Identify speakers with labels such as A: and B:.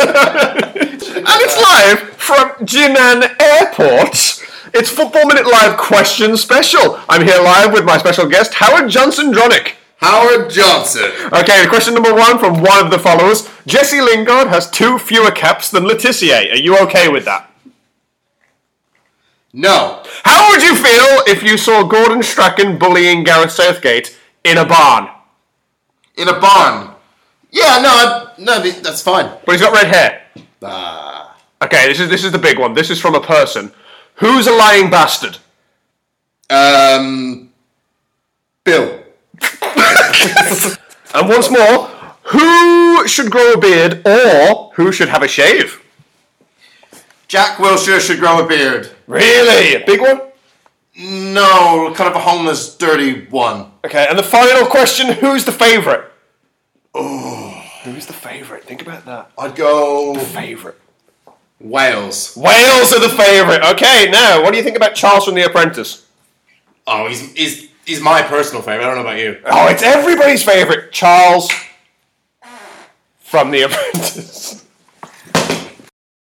A: and it's live from Jinan Airport. It's Football Minute Live Question Special. I'm here live with my special guest, Howard Johnson Dronick.
B: Howard Johnson.
A: Okay, question number one from one of the followers. Jesse Lingard has two fewer caps than Letitia. Are you okay with that?
B: No.
A: How would you feel if you saw Gordon Strachan bullying Gareth Southgate in a barn?
B: In a barn. Yeah, no, I, no, th- that's fine.
A: But he's got red hair.
B: Ah.
A: Okay, this is this is the big one. This is from a person. Who's a lying bastard?
B: Um. Bill.
A: And once more, who should grow a beard or who should have a shave?
B: Jack Wilshire should grow a beard.
A: Really? A big one?
B: No, kind of a homeless, dirty one.
A: Okay, and the final question, who's the favourite? Oh who's the favourite? Think about that.
B: I'd go
A: Favourite.
B: Wales.
A: Wales are the favourite. Okay, now what do you think about Charles from The Apprentice?
B: Oh, he's he's he's my personal favorite. I don't know about you.
A: Oh, it's everybody's favourite, Charles from The Apprentice.